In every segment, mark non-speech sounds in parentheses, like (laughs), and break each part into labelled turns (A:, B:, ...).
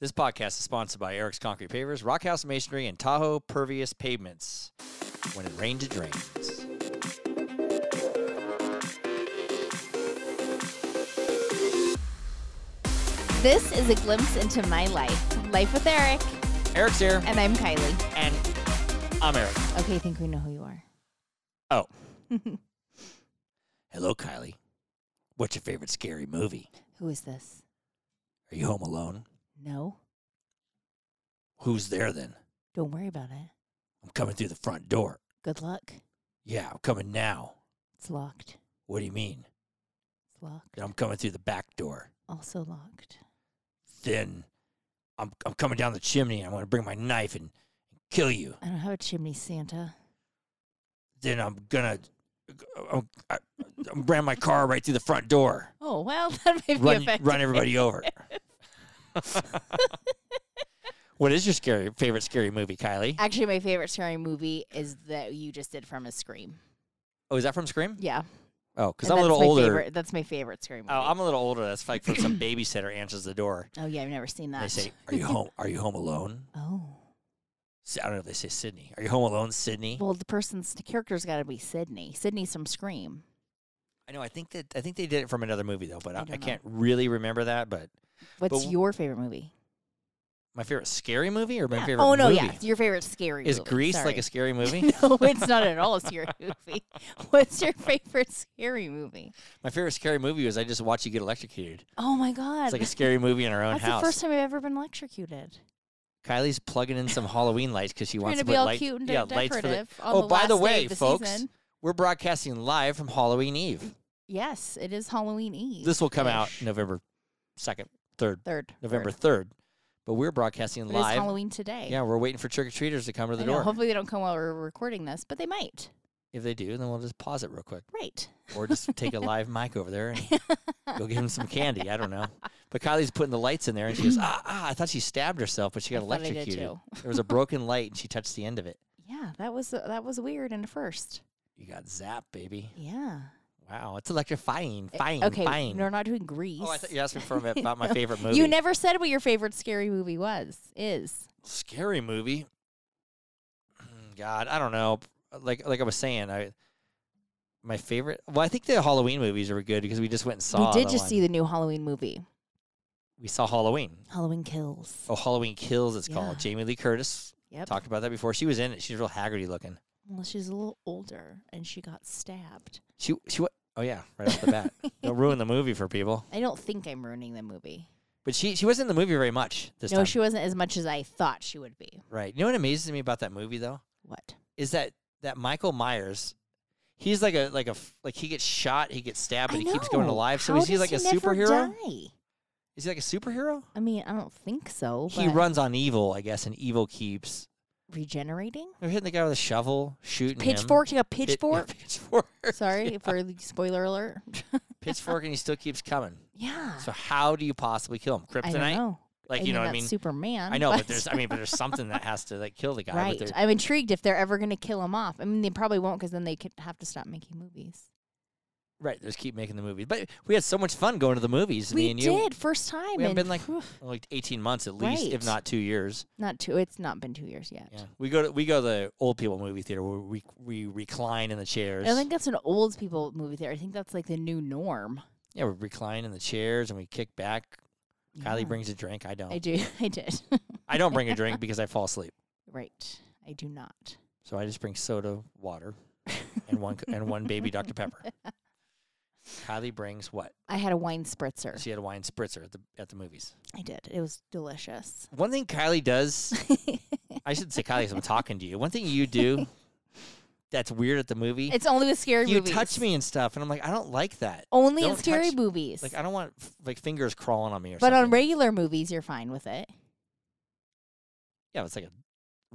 A: This podcast is sponsored by Eric's Concrete Pavers, Rockhouse Masonry, and Tahoe Pervious Pavements. When it rains, it drains.
B: This is a glimpse into my life. Life with Eric.
A: Eric's here,
B: And I'm Kylie.
A: and I'm Eric.
B: Okay, I think we know who you are.
A: Oh. Hello, Kylie. What's your favorite scary movie?
B: Who is this?
A: Are you home alone?
B: No.
A: Who's there then?
B: Don't worry about it.
A: I'm coming through the front door.
B: Good luck.
A: Yeah, I'm coming now.
B: It's locked.
A: What do you mean?
B: It's locked.
A: Then I'm coming through the back door.
B: Also locked.
A: Then I'm, I'm coming down the chimney and I'm going to bring my knife and kill you.
B: I don't have a chimney, Santa.
A: Then I'm going to I'm, I- I'm ram my car right through the front door.
B: Oh, well, (laughs) that may be
A: Run,
B: effective.
A: run everybody
B: (laughs)
A: over. what is your scary favorite scary movie, Kylie?
B: Actually, my favorite scary movie is that you just did from a scream.
A: Oh, is that from Scream?
B: Yeah.
A: Oh, because I'm
B: and
A: a
B: that's
A: little
B: my
A: older.
B: Favorite, that's my favorite scary movie.
A: Oh, I'm a little older. That's like from some babysitter answers the door.
B: oh, yeah, I've never seen that.
A: They say, "Are
B: (laughs)
A: you home? Are you home alone?"
B: oh.
A: S- I don't know if they say Sydney. Are you home alone, Sydney?
B: Well, the person's the character's got to be Sydney. Sydney's from Scream.
A: I know. I think that I think they did it from another movie though, but
B: I
A: I, I,
B: don't know.
A: can't really remember that. But
B: What's
A: w-
B: your favorite movie?
A: my favorite scary movie or my
B: (laughs) Yeah.
A: favorite
B: oh no,
A: movie?
B: yeah, your favorite scary
A: Is
B: movie.
A: Grease
B: Sorry.
A: like a scary
B: (laughs)
A: movie?
B: no, it's not at all a scary
A: (laughs)
B: movie. What's your favorite scary movie?
A: My favorite scary movie was I just watched you get electrocuted.
B: Oh my god,
A: It's like a scary movie in our own
B: that's
A: house.
B: the first time I've ever been electrocuted.
A: Kylie's plugging in some Halloween lights because she
B: We're
A: wants
B: gonna
A: to
B: be
A: put
B: all
A: light,
B: cute and de-
A: yeah, lights for the.
B: decorative. on
A: oh, by
B: last
A: the
B: day
A: way,
B: of the
A: folks,
B: season.
A: we're broadcasting live from Halloween Eve.
B: Yes, it is Halloween Eve.
A: This will come out
B: Ish.
A: November second, third,
B: third
A: November
B: third.
A: third. But we're broadcasting
B: It is
A: live.
B: Halloween today.
A: Yeah, we're waiting for trick or treaters to come to the
B: I know,
A: door.
B: Hopefully they don't come while we're recording this, but they might.
A: if they do, then we'll just pause it real quick,
B: Right. (laughs)
A: or just take a live mic over there and go give them some candy. I don't know. But Kylie's putting the lights in there, and
B: (laughs)
A: she goes, "Ah, ah! I thought she stabbed herself, but she got
B: I thought I did
A: electrocuted.
B: too. (laughs)
A: There was a broken light, and she touched the end of it.
B: Yeah, that was that was weird in the first.
A: You got zapped, baby.
B: Yeah.
A: Wow, it's electrifying. Fine,
B: Eh, okay,
A: fine.
B: we're not doing Grease.
A: Oh, I thought you asked me for my, about my favorite movie.
B: (laughs) You never said what your favorite scary movie was. Is
A: scary movie. Mm, God, I don't know. Like like I was saying, I my favorite. Well, I think the Halloween movies were good because we just went and saw.
B: we did
A: the
B: just
A: one.
B: see the new Halloween movie,
A: We saw Halloween.
B: Halloween Kills.
A: Oh, Halloween Kills. It's
B: Yeah.
A: called. Jamie Lee Curtis
B: Yep.
A: talked about that before. She was in it. She's real haggardy looking.
B: Well, she's a little older and she got stabbed.
A: She she. wa- Oh yeah, right off the
B: (laughs)
A: bat. Don't ruin the movie for people.
B: I don't think I'm ruining the movie.
A: But she she wasn't in the movie very much this
B: no,
A: time.
B: she wasn't as much as I thought she would be.
A: right. You know what amazes me about that movie though
B: What?
A: is that that Michael Myers. He's like a like a f- like he gets shot, he gets stabbed, but
B: I
A: he keeps going
B: know.
A: alive. So
B: How
A: is he
B: does
A: like a
B: never
A: superhero?
B: die?
A: Is he like a superhero?
B: I mean, I don't think so.
A: He
B: but-
A: runs on evil, I guess, and evil keeps.
B: regenerating.
A: They're hitting the guy with a shovel, shooting him.
B: Pitchfork. She got
A: Pit- yeah, (laughs)
B: pitchfork. (laughs)
A: pitchfork.
B: Sorry for the spoiler alert.
A: (laughs) pitchfork, and he still keeps coming.
B: (laughs) yeah.
A: So how do you possibly kill him?
B: Ah. I don't
A: Kryptonite?
B: know.
A: Like
B: I
A: you know what I
B: that's
A: mean?
B: Superman.
A: I know, but there's I mean, but there's something that has to like kill the guy. but
B: right.
A: there-
B: I'm intrigued if they're ever going to kill him off. I mean, they probably won't because then they could have to stop making movies.
A: right. Just keep making the movies. But we had so much fun going to the movies. me
B: we
A: and you,
B: did first time.
A: we haven't been
B: and
A: like like 18 months at least, if
B: Right.
A: not two years.
B: not two. It's not been two years yet.
A: Yeah. We go to we go to the old people movie theater where we we recline in the
B: I
A: chairs.
B: don't think that's an old people movie theater. I think that's like the new norm.
A: yeah, we recline in the chairs and we kick back.
B: Yeah.
A: Kylie brings a drink. I don't.
B: I do. (laughs) I did.
A: I don't
B: (laughs)
A: bring a drink because I fall asleep.
B: right. I do not.
A: So I just bring soda, water, and one and one baby Dr
B: (laughs)
A: Pepper. Kylie brings what?
B: I had a wine spritzer.
A: She had a wine spritzer at the at the movies.
B: I did. It was delicious.
A: One thing Kylie
B: (laughs)
A: does, I should say Kylie, 'cause I'm talking to you. One thing you
B: (laughs)
A: do that's weird at the movie.
B: It's only with scary
A: you
B: movies.
A: touch me and stuff, and I'm like, I don't like that.
B: Only in
A: Don't
B: scary
A: touch-
B: movies.
A: Like I don't want f- like fingers crawling on me or
B: but
A: something.
B: on regular movies, you're fine with it.
A: yeah, it's like a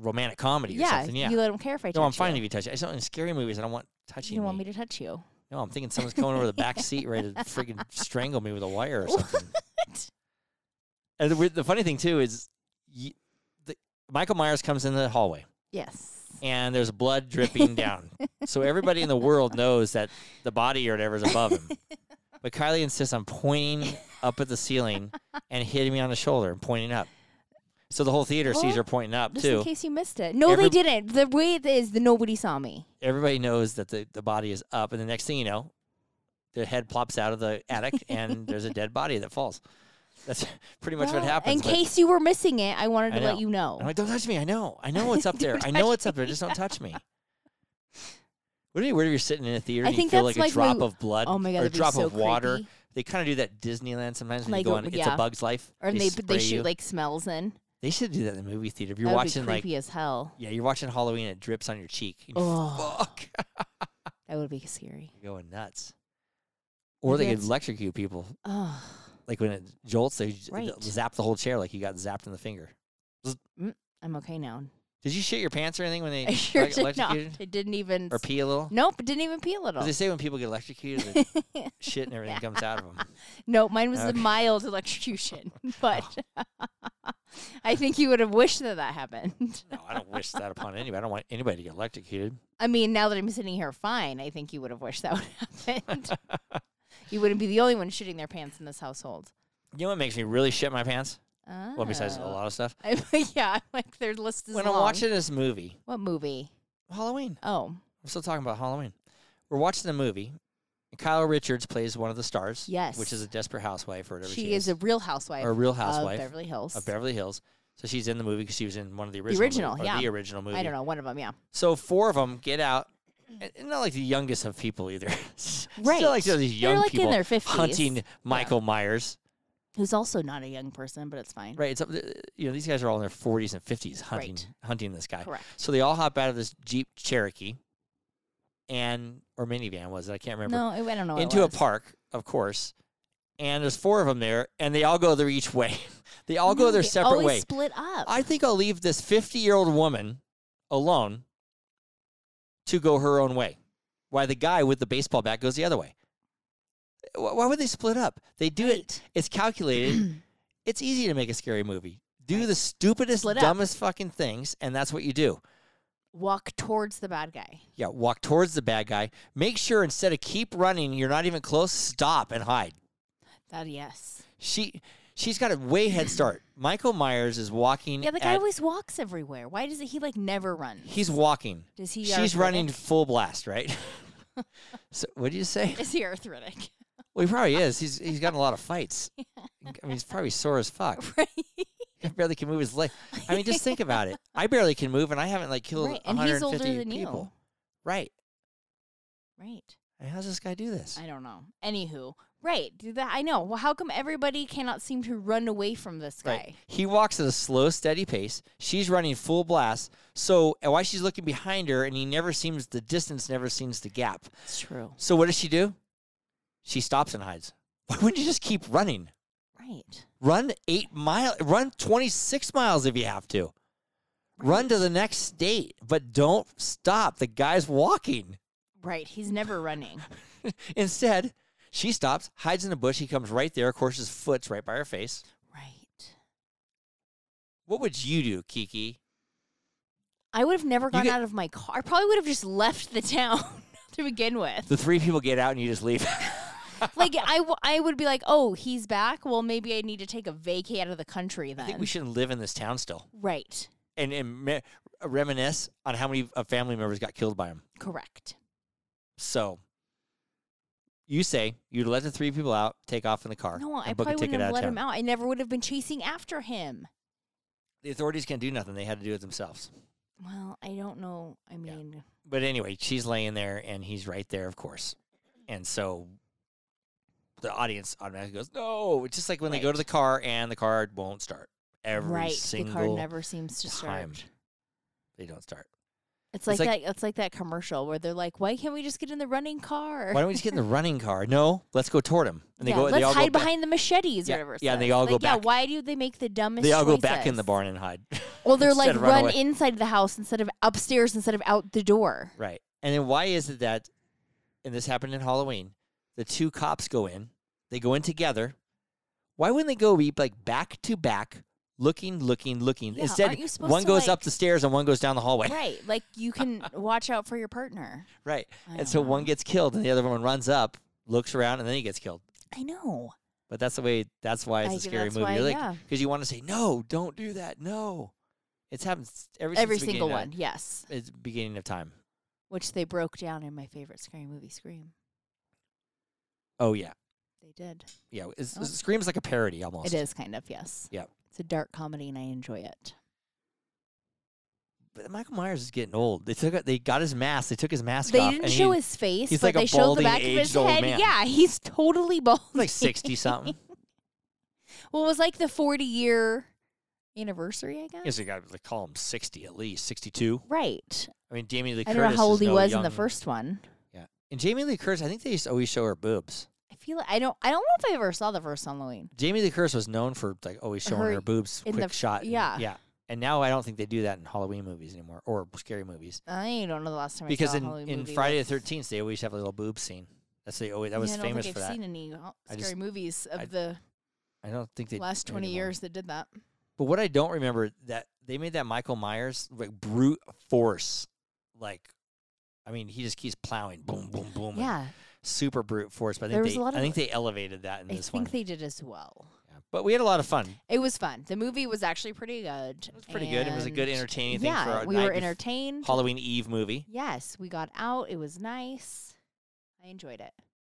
A: romantic comedy or
B: Yeah,
A: something. Yeah.
B: You don't care if I touch
A: no, I'm fine
B: you.
A: if you touch it. I just don't in scary movies. I don't want touching
B: You don't want me to touch you.
A: No, I'm
B: (laughs)
A: thinking someone's coming over the back seat ready to freaking strangle me with a wire or
B: What?
A: something. And the, weird- the funny thing too is, y the, Michael Myers comes in the hallway
B: Yes.
A: and there's blood dripping
B: (laughs)
A: down. So everybody in the world knows that the body or whatever is above him. But Kylie insists on pointing up at the ceiling and hitting me on the shoulder and pointing up. So the whole theater sees
B: Well,
A: her pointing up
B: Just
A: too.
B: in case you missed it. No,
A: Every-
B: they didn't. The way it is, the nobody saw me.
A: Everybody knows that the, the body is up, and the next thing you know, the head plops out of the attic, and there's a dead body that falls. That's (laughs) pretty much what
B: Well,
A: happens.
B: In
A: but-
B: case you were missing it, I wanted
A: I
B: to
A: know. Oh
B: let you know.
A: I'm like, don't touch me. I know. I know it's up there.
B: (laughs) Don't
A: I know
B: touch
A: it's up there.
B: me."
A: Just don't touch me. Wouldn't it be weird if you're sitting in a theater
B: I
A: and you
B: think
A: feel like
B: that's
A: a
B: like my-
A: drop of blood
B: oh my god,
A: or a
B: that'd be
A: drop
B: so
A: of water?
B: creepy.
A: They kind of do that at Disneyland sometimes when you
B: Like,
A: go
B: uh,
A: on It's
B: yeah.
A: a Bug's Life.
B: Or they but
A: spray
B: they shoot
A: you.
B: like smells in.
A: They should do that in the movie theater. If you're
B: That would
A: watching
B: be creepy
A: like
B: as hell.
A: yeah, you're watching Halloween, it drips on your cheek. and you-
B: Oh,
A: Fuck,
B: that would be scary.
A: you're going nuts. Or they
B: Maybe
A: could
B: that's-
A: electrocute people.
B: Oh,
A: Like when it jolts, they j-
B: Right.
A: zap the whole chair like you got zapped in the finger.
B: I'm
A: (laughs)
B: okay now.
A: Did you shit your pants or anything when
B: (laughs)
A: they
B: I sure
A: like,
B: did not.
A: electrocuted?
B: It didn't even.
A: Or pee a little?
B: nope, it didn't even pee a little.
A: Because they say when people get electrocuted, the
B: (laughs)
A: shit and everything comes out of them.
B: nope, mine was
A: Okay. Oh.
B: the mild (laughs) electrocution,
A: (laughs)
B: but (laughs) I think you would have wished that that happened.
A: No, I don't wish that upon anybody. I don't want anybody to get electrocuted.
B: I mean, now that I'm sitting here fine, I think you would have wished that (laughs) would
A: (laughs)
B: have happened. you wouldn't be the only one shitting their pants in this household.
A: You know what makes me really shit my pants?
B: Oh.
A: Well, besides a lot of stuff.
B: (laughs) I'm, yeah, I'm like their list is
A: when
B: long.
A: I'm watching this movie,
B: What movie?
A: Halloween.
B: Oh,
A: I'm still talking about Halloween. We're watching the movie. And Kyle Richards plays one of the stars.
B: yes.
A: Which is a desperate housewife or whatever she,
B: she, is a real housewife
A: or a real
B: of
A: housewife
B: Beverly Hills.
A: of Beverly Hills. So she's in the movie because she was in one of the original
B: original,
A: movie- or
B: yeah.
A: the original movie.
B: I don't know, one of them, yeah.
A: So four of them get out, and and not like the youngest of people either. (laughs)
B: Right.
A: Still like these young
B: They're like
A: people
B: in their 50s.
A: hunting Michael Myers.
B: Who's also not a young person, but it's fine.
A: Right. It's up, you know these guys are all in their 40s and 50s hunting
B: Right.
A: hunting this guy.
B: Correct.
A: So they all hop out of this Jeep Cherokee, and or minivan was it? I can't remember.
B: No, I I don't know. what it
A: Into a
B: was.
A: park, of course. And there's four of them there, and they all go their each way. (laughs) they all go
B: No,
A: their
B: they
A: separate
B: always
A: way.
B: split up.
A: I think I'll leave this 50 year old woman alone to go her own way. Why the guy with the baseball bat goes the other way. Wh- Why would they split up? They do it. It's
B: (clears throat)
A: calculated. it's easy to make a scary movie. Do the stupidest,
B: Split up.
A: dumbest fucking things, and that's what you do.
B: Walk towards the bad guy.
A: Yeah, walk towards the bad guy. Make sure instead of keep running, you're not even close. Stop and hide.
B: That yes.
A: She she's got a way head start. Michael Myers is walking.
B: Yeah, the guy
A: at-
B: always walks everywhere. Why does he like never run?
A: he's walking.
B: Does he? uh,
A: She's
B: arthritic?
A: running full blast,
B: (laughs)
A: right? so what do you say?
B: Is he
A: (laughs)
B: arthritic? (laughs)
A: Well, he probably is. He's he's gotten a lot of fights. I mean, he's probably sore as
B: (laughs)
A: fuck.
B: right.
A: He barely can move his leg. I mean, just
B: (laughs)
A: think about it. I barely can move, and I haven't like killed
B: Right, and he's
A: 150
B: older than you.
A: people. Right.
B: Right.
A: And how's this guy do this?
B: I don't know. Anywho, right? Do that. I know. Well, how come everybody cannot seem to run away from this guy?
A: Right. He walks at a slow, steady pace. She's running full blast. So and while she's looking behind her, and he never seems the distance, never seems the gap.
B: It's true.
A: So what does she do? She stops and hides. (laughs) Why wouldn't you just keep running?
B: Right.
A: Run eight mile. Run twenty six miles if you have to. Run to the next state, but don't stop. The guy's walking. (laughs)
B: Right. He's never running.
A: Instead, she stops, hides in a bush. He comes right there. Of course, his foot's right by her face.
B: right.
A: What would you do, Kiki?
B: I would have never gone
A: get-
B: out of my car. I probably would have just left the (laughs) town to begin with.
A: The three people get out and you just leave.
B: (laughs)
A: (laughs)
B: like I, w- I would be like, oh, he's back. Well, maybe I need to take a vacay out of the country then.
A: I think we should live in this town still
B: right.
A: and, and me- reminisce on how many of family members got killed by him.
B: Correct.
A: So you say you'd let the three people out, take off in the car,
B: No,
A: and
B: I
A: book
B: probably
A: a ticket
B: wouldn't
A: out
B: have
A: of
B: let
A: town.
B: him out. I never would have been chasing after him.
A: The authorities can't do nothing; they had to do it themselves.
B: Well, I don't know. I mean,
A: But anyway, she's laying there, and he's right there, of course. And so the audience automatically goes, "No!" It's just like when they go to
B: Right.
A: the car, and the car won't start. Every
B: right? The
A: single
B: car never seems to start.
A: time. they don't
B: (laughs)
A: start.
B: It's like,
A: like-
B: that. It's like that commercial where they're like, "Why can't we just get in the running car?"
A: Why don't we just get in the running car? No, let's go toward him. And they
B: yeah,
A: go.
B: let's
A: they all
B: hide
A: go back-
B: behind the machetes,
A: Yeah,
B: or whatever. it
A: yeah, and they
B: says.
A: all
B: Like,
A: go
B: Yeah,
A: back.
B: why do they make the dumbest?
A: They all go back in the
B: choices?
A: barn and hide.
B: Well, they're
A: instead
B: like
A: of
B: run,
A: run away.
B: inside the house instead of upstairs instead of out the door.
A: Right. And then why is it that, and this happened in Halloween, the two cops go in, they go in together. Why wouldn't they go be like back to back, looking, looking, looking?
B: Yeah,
A: Instead,
B: aren't you supposed
A: one
B: to,
A: goes up
B: like-
A: the stairs and one goes down the hallway. (laughs) Right.
B: Right. Like you
A: (laughs)
B: can watch out for your partner. I
A: And
B: don't
A: so
B: know.
A: one gets killed and the other one runs up, looks around, and then he gets killed.
B: I know.
A: But But that's the way. That's why it's
B: I
A: a
B: think
A: scary
B: that's
A: movie.
B: why,
A: You're like,
B: yeah.
A: because you want to say no, don't do that. No, it's happened s- ever
B: Every
A: since the
B: single
A: beginning
B: one, yes.
A: Of, it's beginning of time.
B: Which they broke down in my favorite scary movie, Scream.
A: Oh yeah,
B: They did.
A: yeah. It's,
B: Oh.
A: Scream's like a parody almost.
B: It is kind of, yes.
A: Yep.
B: It's a dark comedy and I enjoy it.
A: But Michael Myers is getting old. They took. a- They got his mask. They took his mask
B: They
A: off.
B: didn't
A: and
B: show
A: he-
B: his face,
A: he's
B: but
A: like a
B: they showed
A: balding,
B: the back of his
A: aged old
B: head.
A: man.
B: Yeah,
A: (laughs)
B: he's totally bald.
A: like sixty something.
B: (laughs) well, it was like the 40 year anniversary, I guess.
A: Yes, you got to call him sixty at least sixty-two.
B: Right.
A: I mean, Jamie Lee
B: I
A: Curtis.
B: don't know how
A: is
B: old he
A: no
B: was in the
A: young-
B: first one.
A: And Jamie Lee Curtis, I think they used to always show her boobs.
B: I feel like I don't I don't know if I ever saw the first Halloween.
A: Jamie Lee Curtis was known for like always showing her,
B: Her-
A: boobs,
B: in the
A: quick
B: f-
A: shot. and-
B: yeah.
A: yeah. And now I don't think they do that in Halloween movies anymore or scary movies
B: I don't know the last time I
A: because
B: saw a
A: in,
B: Halloween
A: in
B: movie
A: Friday
B: with-
A: the Thirteenth they always have a little boob scene. That's they always that
B: Yeah,
A: was
B: I don't
A: famous
B: think
A: for
B: I've
A: that.
B: seen any ho-
A: I
B: scary
A: just-
B: movies of
A: I-
B: the
A: I don't think they
B: last
A: they
B: 20
A: did one.
B: years that did that.
A: But what I don't remember that they made that Michael Myers like brute force, like. I mean, he just keeps plowing, boom, boom, boom. and
B: Yeah,
A: super brute force. But I
B: There
A: think
B: was
A: they,
B: a lot
A: I
B: of-
A: think they elevated that in
B: I
A: this
B: think
A: one.
B: they did as well.
A: Yeah. But we had a lot of fun.
B: It was fun. The movie was actually pretty good.
A: It was pretty good. It was a good
B: and
A: entertaining thing
B: Yeah,
A: for a
B: we
A: night
B: were
A: bef-
B: entertained.
A: Halloween Eve movie.
B: Yes, we got out. It was nice. I enjoyed it.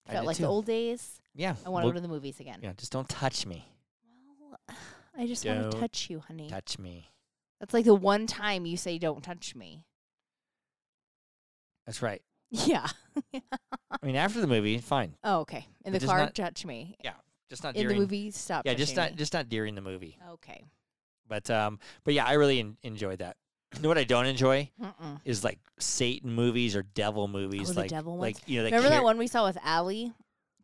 A: I
B: Felt
A: did
B: like
A: too.
B: the old days.
A: Yeah.
B: I want
A: we'll-
B: to go to the movies again.
A: Yeah, just don't touch
B: (laughs)
A: me.
B: Well, (sighs) I just want to
A: Don't
B: touch you, honey.
A: Touch me.
B: That's like the one time you say "Don't touch me." (laughs)
A: That's right.
B: Yeah.
A: I mean, after the movie, fine.
B: Oh, okay. In
A: But
B: the
A: just
B: car,
A: not-
B: touch me.
A: Just not
B: In the
A: during.
B: movie, stop.
A: yeah, just not
B: touching me.
A: just not during the movie.
B: okay.
A: But um, but yeah, I really en- enjoyed that. You know what I don't enjoy
B: Mm-mm.
A: is like Satan movies or devil movies.
B: Oh, the
A: like
B: devil
A: like
B: ones?
A: you know, like
B: Remember that
A: Car-
B: one we saw with Allie?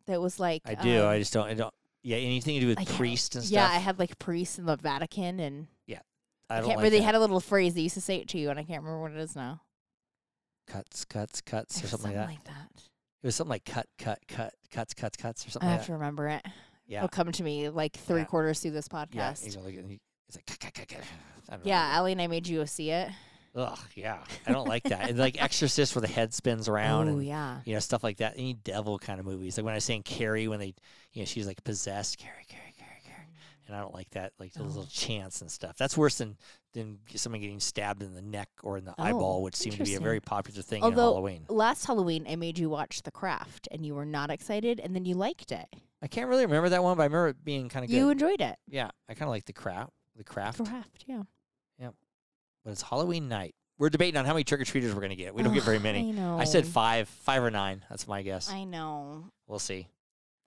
B: That was like
A: I do. I
B: um,
A: just don't. I don't. Yeah, anything to do with
B: I can't-
A: priests and
B: yeah,
A: stuff.
B: I had like priests in the Vatican, and
A: I,
B: I
A: don't
B: can't
A: like
B: remember. They
A: that.
B: had a little phrase they used to say it to you, and I can't remember what it is now.
A: cuts, cuts, cuts, or
B: It was
A: something like that. It was something like cut, cut, cut, cuts, cuts, cuts, or
B: I
A: something
B: have
A: like
B: to
A: that.
B: remember it.
A: Yeah,
B: It'll come to me like three
A: Yeah.
B: quarters through this
A: yeah.
B: podcast.
A: You know, like, and he- it's like cut, cut, cut, cut. I don't know.
B: Yeah, Allie and I made you see it.
A: Ugh, yeah. I don't like that. And
B: (laughs)
A: like Exorcist where the head spins around
B: oh
A: and
B: yeah,
A: you know, stuff like that. Any devil kind of movies. Like when I was saying Carrie when they you know, she's like possessed, Carrie, Carrie, Carrie, Carrie. And I don't like that, like those little
B: Mm-hmm. Oh.
A: chants and stuff. That's worse than than g- someone getting stabbed in the neck or in the
B: Oh,
A: eyeball, which seemed to be a very
B: interesting.
A: popular thing in
B: Although-
A: Halloween.
B: last Halloween I made you watch The Craft, and you were not excited, and then you liked it.
A: I can't really remember that one, but I remember it being kind of good.
B: You enjoyed it.
A: yeah, I kind of like the craft, the craft,
B: Craft, yeah.
A: but it's Halloween night. We're debating on how many trick or treaters we're gonna get. We don't get
B: Ugh, (sighs)
A: very many.
B: I know.
A: I said five, five or nine. That's my guess.
B: Oh. I know.
A: We'll see.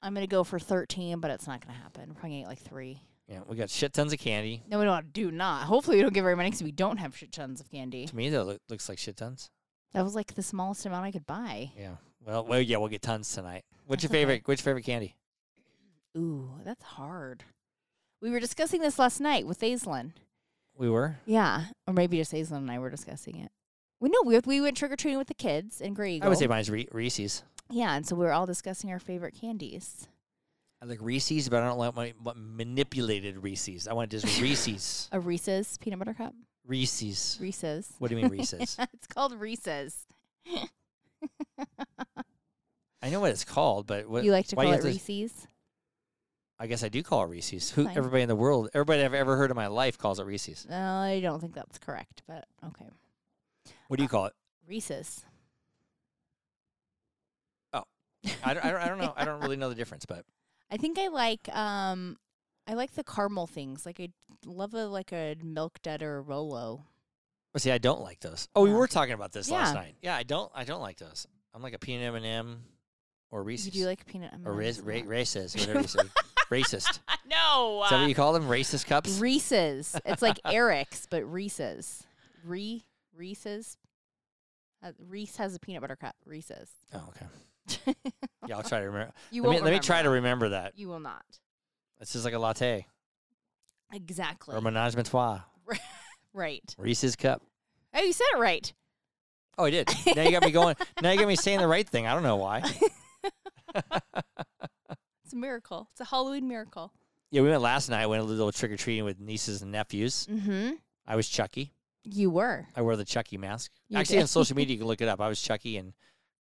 B: I'm gonna go for 13, but it's not gonna happen. We're probably gonna eat like three.
A: Yeah, we got shit tons of candy.
B: No, we don't. Do not. Hopefully, we don't get very many because we don't have shit tons of candy.
A: To me, though, it looks like shit tons.
B: That was like the smallest amount I could buy.
A: Yeah. Well, well, yeah, we'll get tons tonight. (laughs) What's your
B: That's okay.
A: favorite? What's your favorite candy?
B: Ooh, that's hard. We were discussing this last night with Aislinn.
A: We were.
B: Yeah, or maybe just Aislinn and I were discussing it. We know we, we went trick or treating with the kids in Grey Eagle.
A: I would say mine's Re- Reese's.
B: yeah, and so we were all discussing our favorite candies.
A: I like Reese's, but I don't like my, what manipulated Reese's. I want (laughs) just Reese's.
B: A Reese's peanut butter cup.
A: Reese's.
B: Reese's.
A: What do you mean (laughs)
B: (laughs)
A: Reese's?
B: it's called Reese's.
A: I know what it's called, but what,
B: you like to
A: why do
B: call
A: you
B: it
A: have to-
B: Reese's?
A: I guess I do call it Reese's. Who?
B: Fine.
A: Everybody in the world, everybody I've ever heard in my life calls it Reese's.
B: No, I don't think that's correct, but okay.
A: What
B: Uh,
A: do you call it?
B: Reese's.
A: Oh. I don't, I don't, I don't know. I don't really know the difference, but
B: (laughs) I think I like um I like the caramel things. Like I love a like a milk dud or a Rolo.
A: but see, I don't like those. Oh, we
B: Yeah.
A: were talking about this last
B: Yeah.
A: night. Yeah, I don't, I don't like those. I'm like a peanut M&M or Reese's.
B: You do like peanut m
A: Or race, ra-
B: (laughs) and
A: racist, whatever you say. racist.
B: No.
A: Is
B: uh,
A: that what you call them? Racist cups?
B: Reese's.
A: (laughs)
B: It's like Eric's, but Reese's. Re Reese's. Uh, Reese has a peanut butter cup. Reese's. (laughs)
A: oh, okay. Yeah, I'll try to remember.
B: you
A: let
B: won't
A: me, let me
B: remember
A: try to
B: that.
A: remember that.
B: You will not.
A: It's just like a latte
B: Exactly.
A: or menage a trois.
B: (laughs) right.
A: Reese's cup.
B: Oh, you said it right.
A: Oh, I
B: (laughs)
A: did. Now you got me going. now you got me saying the right thing. I don't know why.
B: It's a miracle. It's a Halloween miracle.
A: Yeah, we went last night. Went a little trick or treating with nieces and nephews.
B: Mm-hmm.
A: I was Chucky.
B: You were.
A: I wore the Chucky mask.
B: You
A: Actually,
B: did.
A: on social media, you can look it up. I was Chucky, and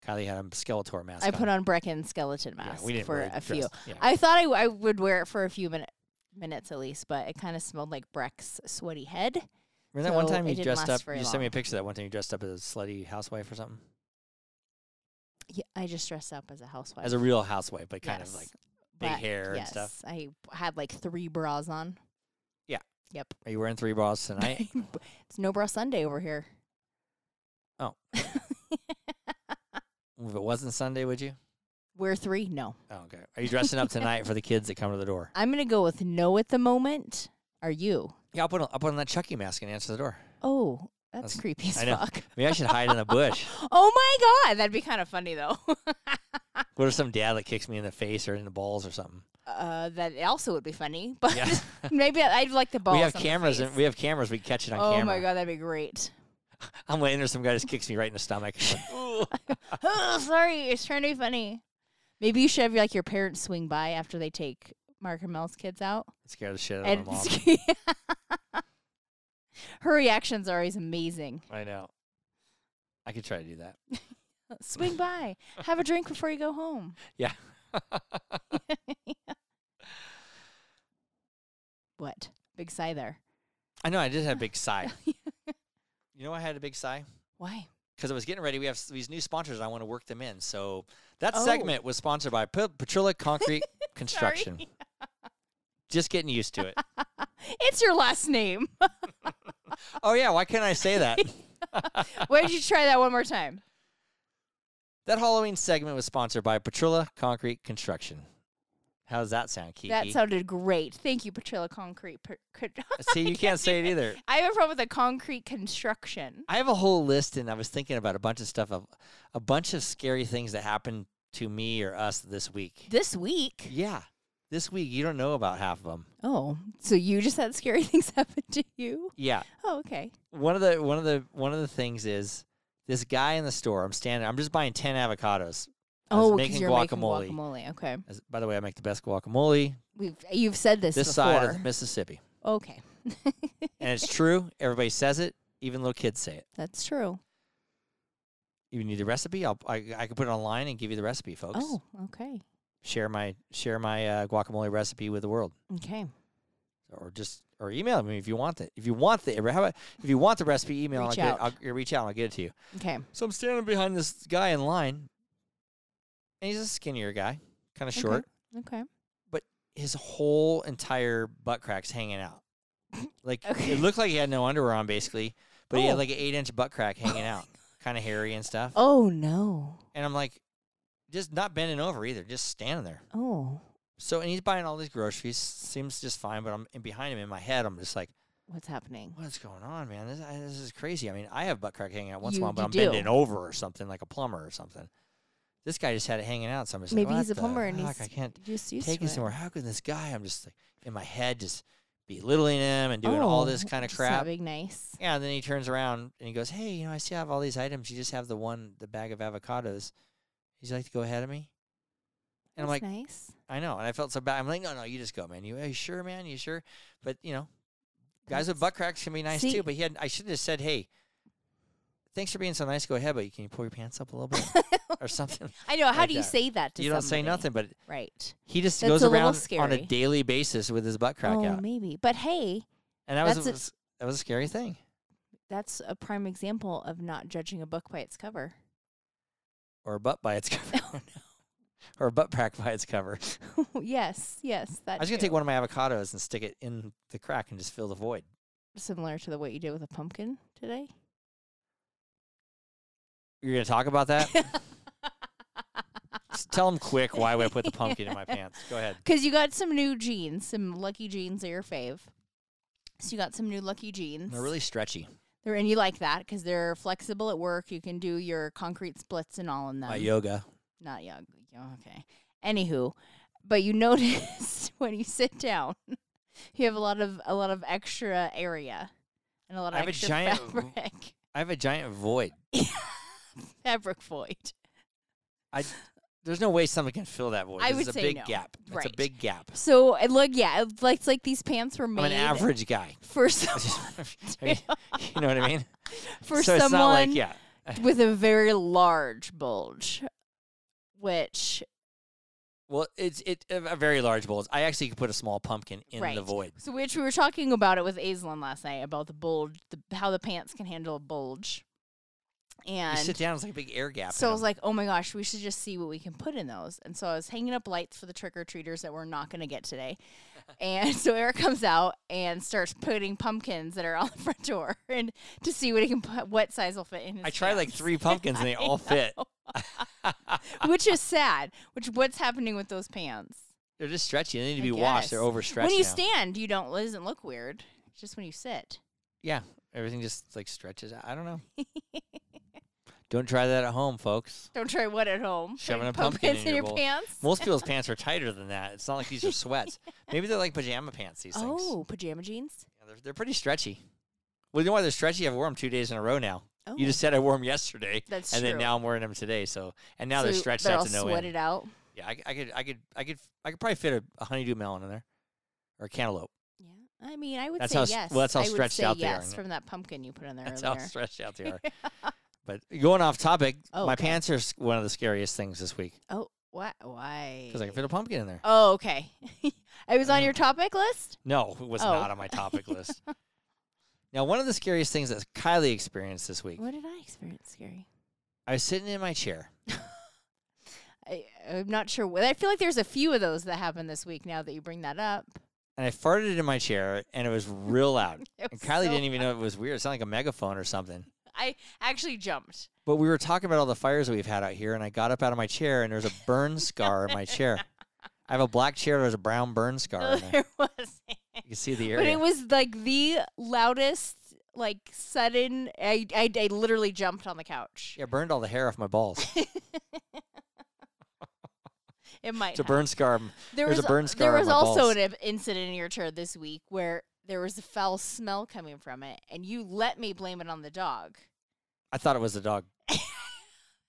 A: Kylie had a Skeletor mask.
B: I put on Brecken's skeleton
A: Yeah,
B: mask
A: we didn't
B: for
A: really
B: a few.
A: dress- yeah.
B: I thought I, w- I would wear it for a few minutes. Minutes at least, but it kind of smelled like Breck's sweaty head.
A: Remember that one
B: so
A: time
B: it
A: you
B: didn't
A: dressed
B: last
A: up?
B: very
A: You sent me a
B: long.
A: picture that one time you dressed up as a slutty housewife or something,
B: Yeah, I just dressed up as a housewife.
A: as a real housewife, but kind of
B: Yes.
A: like big
B: But
A: hair and
B: yes,
A: stuff.
B: I had like three bras on.
A: Yeah.
B: Yep.
A: Are you wearing three bras tonight?
B: (laughs) It's no bra Sunday over here.
A: if it wasn't Sunday, would you?
B: We're three. No,
A: Oh, okay. Are you dressing up tonight for the kids that come to the
B: (laughs)
A: door?
B: I'm gonna go with no at the moment. Are you?
A: Yeah, I'll put on, I'll put on that Chucky mask and answer the door.
B: Oh, that's,
A: That's-
B: creepy as
A: I know.
B: fuck.
A: (laughs) Maybe I should hide in
B: (laughs)
A: the bush.
B: Oh my god, that'd be kind of funny though. (laughs)
A: What if some dad that kicks me in the face or in the balls or something?
B: uh, that also would be funny, (laughs) but
A: Yeah.
B: maybe I- I'd like the ball.
A: we have cameras and we have cameras. We can catch it on
B: oh
A: camera.
B: my god, that'd be great. (laughs)
A: I'm laying there. Some guy just kicks me right in the stomach. (laughs) I'm like, "Ooh."
B: oh, sorry, it's trying to be funny. Maybe you should have like your parents swing by after they take Mark and Mel's kids out.
A: Scared the shit out
B: And
A: of my
B: (laughs)
A: mom.
B: her reactions are always amazing.
A: I know. I could try to do that.
B: Swing by, have a drink before you go home.
A: (laughs) Yeah.
B: (laughs) What? Big sigh there.
A: I know. I did have a big
B: (laughs)
A: sigh. you know, why I had a big sigh
B: Why?
A: because I was getting ready. We have s- these new sponsors. and I want to work them in. So that
B: Oh.
A: segment was sponsored by P- Petrilla Concrete Construction. Just getting used to it.
B: It's your last name. (laughs)
A: Oh yeah, why can't I say that?
B: Why did you try that one
A: (laughs)
B: more time?
A: that Halloween segment was sponsored by Petrilla Concrete Construction. How does that sound, Kiki?
B: That sounded great. Thank you, Patrilla Concrete. Per- con-
A: See, you can't say it either.
B: (laughs) I have a problem with the concrete construction.
A: I have a whole list, and I was thinking about a bunch of stuff of a bunch of scary things that happened to me or us this week.
B: This week.
A: Yeah, this week you don't know about half of them.
B: Oh, so you just had scary (laughs) things happen to you?
A: Yeah,
B: Oh, okay.
A: one of the one of the one of the things is this guy in the store. I'm standing. I'm just buying ten avocados. I was
B: oh, 'cause
A: making
B: you're
A: guacamole.
B: making guacamole. Okay.
A: As- by the way, I make the best guacamole
B: We've you've said this,
A: this
B: before.
A: side of the Mississippi,
B: okay, (laughs)
A: and it's true. Everybody says it. Even little kids say it.
B: that's true.
A: You need the recipe? I'll, I I can put it online and give you the recipe, folks.
B: Oh, okay,
A: Share my share my uh, guacamole recipe with the world.
B: okay.
A: or just or email me if you want it. If you want the how about if you want the recipe, email.
B: Reach
A: I'll, get
B: out.
A: It, I'll, I'll reach out. and I'll get it to you.
B: Okay.
A: So I'm standing behind this guy in line, and he's a skinnier guy, kind of
B: Okay.
A: short.
B: Okay.
A: His whole entire butt cracks hanging out. Like
B: Okay.
A: it looked like he had no underwear on, basically, but he
B: Oh.
A: had like an eight inch butt
B: (laughs)
A: crack hanging out, kind of hairy and stuff.
B: Oh no.
A: And I'm like, just not bending over either, just standing there.
B: Oh,
A: So and he's buying all these groceries, seems just fine. But I'm and behind him in my head, I'm just like.
B: what's happening?
A: What's going on, man? This, I- this is crazy. I mean, I have butt crack hanging out once in a
B: You-
A: while, but
B: you
A: I'm
B: do.
A: bending over or something like a plumber or something. This guy just had it hanging out. So I'm just like,
B: Maybe he's
A: "What
B: a plumber
A: the
B: and
A: fuck?
B: he's
A: I can't
B: Just used
A: take
B: to
A: this anymore. How can this guy? I'm just like in my head, just belittling him and doing all
B: (laughs)
A: this kind of crap.
B: Oh, Being nice.
A: Yeah, and then he turns around and he goes, "Hey, you know, I still have all these items. You just have the one, the bag of avocados. Would you like to go ahead of me?" And I'm
B: That's
A: like,
B: nice.
A: "I know." And I felt so bad. I'm like, "No, no, you just go, man. You, are you sure, man? You sure?" But you know, guys with butt cracks can be nice
B: See-
A: too. But he had, I should have said, "Hey, thanks for being so nice. Go ahead, but can you pull your pants up a
B: (laughs)
A: little bit or something?"
B: I know. How
A: like
B: do you
A: that.
B: say that to
A: you don't say
B: somebody?
A: nothing, but
B: Right.
A: he just
B: That's
A: goes
B: a little
A: around on a
B: scary.
A: daily basis with his butt crack
B: oh,
A: out,
B: maybe. But hey,
A: and that was,
B: that's a-
A: was that was a scary thing.
B: that's a prime example of not judging a book by its (laughs) cover.
A: or a butt by its (laughs) cover. Or a butt crack by its cover.
B: yes. Yes. That
A: I was gonna
B: too.
A: take one of my avocados and stick it in the crack and just fill the void.
B: similar to the what you did with a pumpkin today.
A: You're gonna talk about that? Just tell them quick why would I put the pumpkin
B: (laughs)
A: in my pants. Go ahead.
B: Because you got some new jeans, some lucky jeans are your fave. So you got some new lucky jeans.
A: They're really stretchy.
B: They're- and you like that because they're flexible at work. You can do your concrete splits and all in them.
A: my yoga.
B: Not young. Okay. Anywho, but you (laughs) noticed when you sit down, (laughs) you have a lot of a lot of extra area and a lot of
A: I have a
B: extra
A: giant-
B: (laughs) fabric
A: I have a giant void.
B: fabric void.
A: I there's no way someone can fill that void.
B: I
A: 'cause
B: would
A: it's a
B: say
A: big
B: no.
A: gap. It's a
B: Right.
A: big gap.
B: So it look, yeah, it- like it's like these pants were
A: I'm
B: made
A: an
B: (laughs)
A: average guy. (laughs)
B: for some,
A: I mean, you know what I mean?
B: (laughs) for
A: so
B: someone.
A: it's not like yeah.
B: (laughs) with a very large bulge, which
A: Well, it's it uh, a very large bulge. I actually could put a small pumpkin in the
B: Right.
A: void.
B: so which we were talking about it with Aislinn last night about the bulge, the, how the pants can handle a bulge,
A: you sit
B: and.
A: down, it's like a big air gap. in
B: So I was
A: them.
B: like, "Oh my gosh, we should just see what we can put in those." And so I was hanging up lights for the trick or treaters that we're not going to
A: (laughs)
B: get today. And so Eric comes out and starts putting pumpkins that are on the front door, (laughs) and to see what he can put, what size will fit in. His
A: I tried like
B: pants.
A: three pumpkins and they
B: I
A: all fit.
B: (laughs) which is sad. Which what's happening with those pants?
A: (laughs) They're just stretchy. They need to be
B: I
A: washed. They're
B: guess.
A: overstretched.
B: when you
A: now.
B: stand, you don't it doesn't look weird. It's just when you sit.
A: yeah, everything just like stretches. out. I don't
B: (laughs)
A: know. don't try that at home, folks.
B: Don't try what at home.
A: Shoving
B: Putting
A: a pumpkin
B: pumpkins
A: in your bowl.
B: pants.
A: Most
B: (laughs)
A: people's pants are tighter than that. It's not like these are sweats. Maybe they're like pajama pants. These things.
B: Oh, pajama jeans.
A: Yeah, they're, they're pretty stretchy. Well, you know why they're stretchy? I've worn them two days in a row now.
B: Oh,
A: You just said I wore them yesterday,
B: that's
A: and
B: true.
A: then now I'm wearing them today. So and now they're
B: So
A: stretched
B: they're
A: out
B: all
A: to no
B: sweated
A: end.
B: out.
A: Yeah, I, c- I could, I could, I could, I could probably fit a, a honeydew melon in there, or a cantaloupe.
B: Yeah, I mean, I would
A: That's
B: say
A: how s-
B: yes.
A: well, that's how
B: I would
A: stretched
B: say
A: out they are,
B: yes
A: isn't it?
B: from that pumpkin you put in there
A: That's how
B: earlier.
A: stretched out they
B: (laughs)
A: are. but going off topic,
B: Oh,
A: my
B: okay.
A: pants are s- one of the scariest things this week
B: oh, what? Why?
A: because I Mm. can fit a pumpkin in there.
B: Oh, okay. (laughs) I was on
A: Yeah.
B: your topic list.
A: No, it was
B: Oh.
A: not on my topic
B: (laughs)
A: list. Now, one of the scariest things that Kylie experienced this week,
B: What did I experience, Gary?
A: I was sitting in my chair.
B: I, I'm not sure. What, I feel like there's a few of those that happened this week. Now that you bring that up,
A: and I farted in my chair, and it was real loud. and
B: It was
A: Kylie
B: so
A: didn't even know it was weird. It sounded like a megaphone or something.
B: I actually jumped.
A: But we were talking about all the fires that we've had out here, and I got up out of my chair, and there was a
B: (laughs)
A: burn scar in my chair. I have a black chair. There's a brown burn scar.
B: No,
A: In it.
B: (laughs) there was,
A: You can see the
B: (laughs) but
A: area.
B: it was like the loudest, like sudden. I, I, I literally jumped on the couch.
A: yeah, burned all the hair off my
B: (laughs)
A: balls.
B: It might.
A: It's a
B: have.
A: burn scar.
B: There
A: There's
B: was
A: a burn scar
B: There
A: on
B: was
A: my
B: also
A: balls.
B: an in- incident in your chair this week where there was a foul smell coming from it, and you let me blame it on the dog.
A: I thought it was the dog.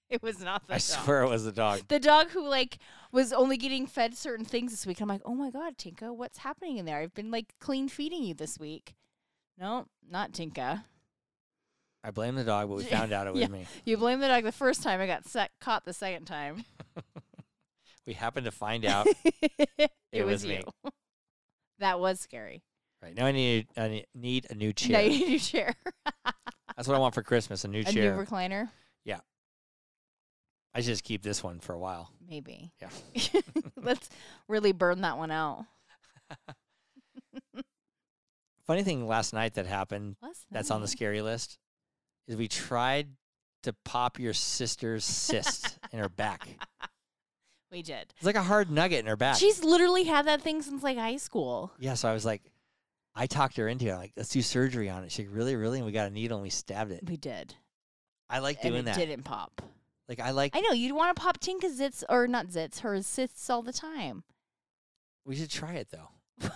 B: It was not the
A: I
B: dog.
A: swear it was the dog.
B: the dog who like was only getting fed certain things this week. I'm like, oh my god, Tinka, what's happening in there? I've been like clean feeding you this week. No, not Tinka.
A: I blame the dog, but we found out it was
B: (laughs) Yeah.
A: me.
B: You blamed the dog the first time. I got sec- caught the second time.
A: We happened to
B: (laughs)
A: find (laughs) out.
B: it,
A: was
B: was,
A: me.
B: you. (laughs) that
A: (laughs)
B: was scary.
A: right now, I need I ne- need a new
B: Now
A: chair.
B: you need a
A: (laughs)
B: new chair,
A: That's what I want for Christmas. A new
B: a
A: chair.
B: new recliner,
A: I should just keep this one for a while.
B: (laughs) maybe.
A: Yeah.
B: Let's really burn that one out.
A: Funny thing last night that happened
B: Last
A: that's on the
B: night.
A: scary list is we tried to pop your sister's cyst in her back.
B: We did.
A: It's like a hard nugget in her back.
B: She's literally had that thing since like high school.
A: yeah, so I was like, I talked her into it. Like, let's do surgery on it. She's like, really, really? And we got a needle and we stabbed it.
B: We did.
A: I like
B: and
A: doing
B: it
A: that.
B: didn't pop.
A: Like, I like,
B: I know you'd want to pop Tinka zits or not zits, her cysts all the time.
A: we should try it
B: (laughs)
A: though.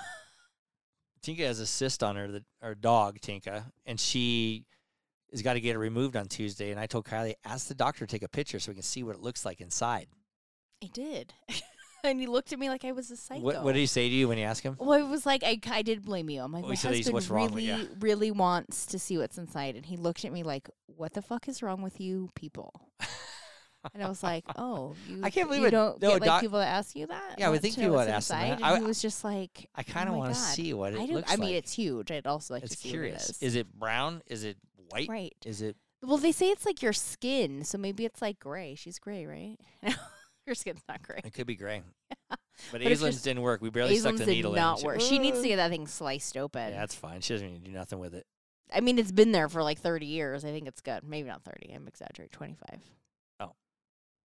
A: Tinka has a cyst on her, that, our dog, Tinka, and she has got to get it removed on Tuesday. And I told Kylie, ask the doctor to take a picture so we can see what it looks like inside.
B: I did, (laughs) and he looked at me like I was a psycho.
A: What, what did he say to you when you asked him?
B: well, it was like I, I did blame you. I'm like,
A: Well,
B: my
A: he Oh, said he's-
B: husband
A: what's
B: really,
A: wrong with ya?"
B: really wants to see what's inside, and he looked at me like, "What the fuck is wrong with you people?"
A: (laughs)
B: and I was like, "Oh, you,
A: I can't believe
B: you
A: it.
B: don't
A: No,
B: get like
A: doc-
B: people that ask you that."
A: Yeah, I would
B: want
A: think
B: to know
A: people
B: what's
A: would ask them that.
B: inside?" And
A: I-
B: he was just like,
A: I kind of
B: Oh my
A: want to
B: God.
A: see what it
B: "I do."
A: looks
B: I mean,
A: like.
B: it's huge. I'd also like
A: it's
B: to see
A: curious.
B: what it
A: is. it brown? Is it white?
B: right?
A: Is it?
B: Well, they say it's like your skin, so maybe it's like gray. She's gray, right? (laughs) Her skin's not gray.
A: It could be
B: (laughs)
A: gray. But,
B: if
A: Aislinn's didn't work. We barely stuck
B: Aislinn's
A: the
B: did
A: needle in.
B: not
A: She-
B: work. She needs
A: (laughs)
B: to
A: "Ugh."
B: get that thing sliced open.
A: Yeah, that's fine. She doesn't even do nothing with it.
B: I mean, it's been there for like 30 years. I think it's good. Maybe not 30. I'm exaggerating. 25.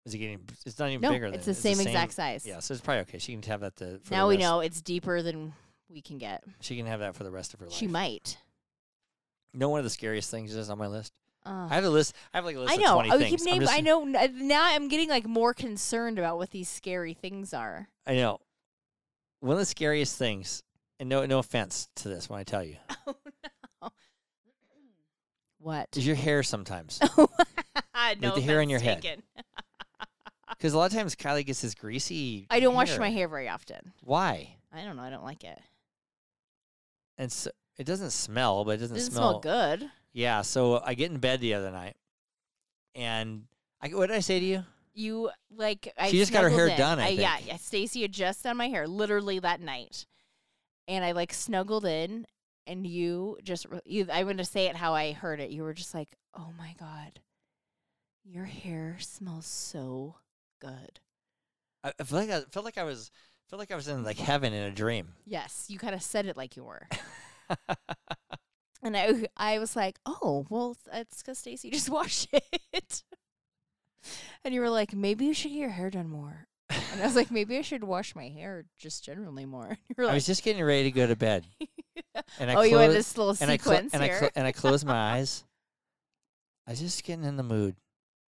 A: Is it getting? It's not even
B: No,
A: bigger.
B: it's
A: than
B: the same exact size.
A: Yeah, so it's probably okay. She can have that. The, for the
B: now we
A: rest-
B: know it's deeper than we can get.
A: she can have that for the rest of her life.
B: She might.
A: You know, one of the scariest things is on my list.
B: Uh,
A: I have a list. I have like a list
B: I
A: of
B: know.
A: twenty
B: I
A: things.
B: keep
A: I'm
B: naming.
A: just-
B: I know. n- uh, Now I'm getting like more concerned about what these scary things are.
A: I know. One of the scariest things, and no, no offense to this when I tell you,
B: What?
A: is your hair sometimes.
B: (laughs) no
A: the hair on
B: offense
A: your head.
B: taken.
A: Because a lot of times Kylie gets this greasy.
B: I don't wash my hair very often.
A: Why?
B: I don't know. I don't like it.
A: And so it doesn't smell, but it doesn't,
B: Doesn't smell good.
A: Yeah. So I get in bed the other night, and I, what did I say to you?
B: You like I
A: She just got her hair
B: snuggled in. Uh,
A: done, I
B: yeah,
A: think.
B: yeah. Stacy had just done my hair literally that night, and I like snuggled in, and you just re- you. I want to say it how I heard it. You were just like, "Oh my god, your hair smells so good."
A: I, I feel like I felt like I was felt like I was in like heaven in a dream.
B: Yes, you kind of said it like you were. And I, I was like, oh, well, it's because Stacy (laughs) just washed it. and you were like, maybe you should get your hair done more. And I was like, maybe I should wash my hair just generally more. And you were
A: I
B: like,
A: was just getting ready to go to bed, (laughs) and I
B: oh, you had
A: clo-
B: this little
A: and I clo-
B: sequence
A: and I
B: here.
A: clo- and I closed
B: (laughs)
A: my eyes. I was just getting in the mood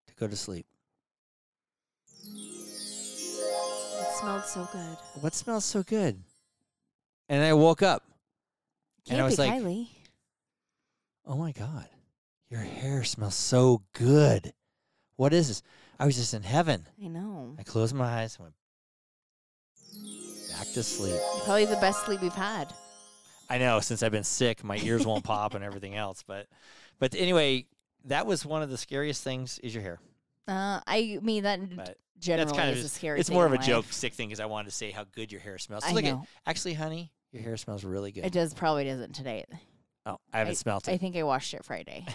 A: to go to sleep.
B: it smelled so good.
A: What smells so good? And I woke up.
B: Can't
A: And I was
B: be
A: like-
B: Kylie.
A: Oh my God, your hair smells so good. What is this? I was just in heaven.
B: I know.
A: I closed my eyes and went back to sleep.
B: Probably the best sleep we've had.
A: I know since I've been sick, my ears won't pop and everything else. But, but anyway, that was one of the scariest things is your hair.
B: Uh, I mean, that n-
A: But
B: generally
A: kind of
B: is a
A: just-
B: scary
A: it's
B: thing
A: more
B: in
A: of a
B: life.
A: joke sick thing because I wanted to say how good your hair smells. So
B: I
A: look at-
B: know.
A: actually, honey, your hair smells really good.
B: It does, probably doesn't today.
A: oh, I haven't smelled
B: I
A: it. (laughs)
B: think I washed it Friday.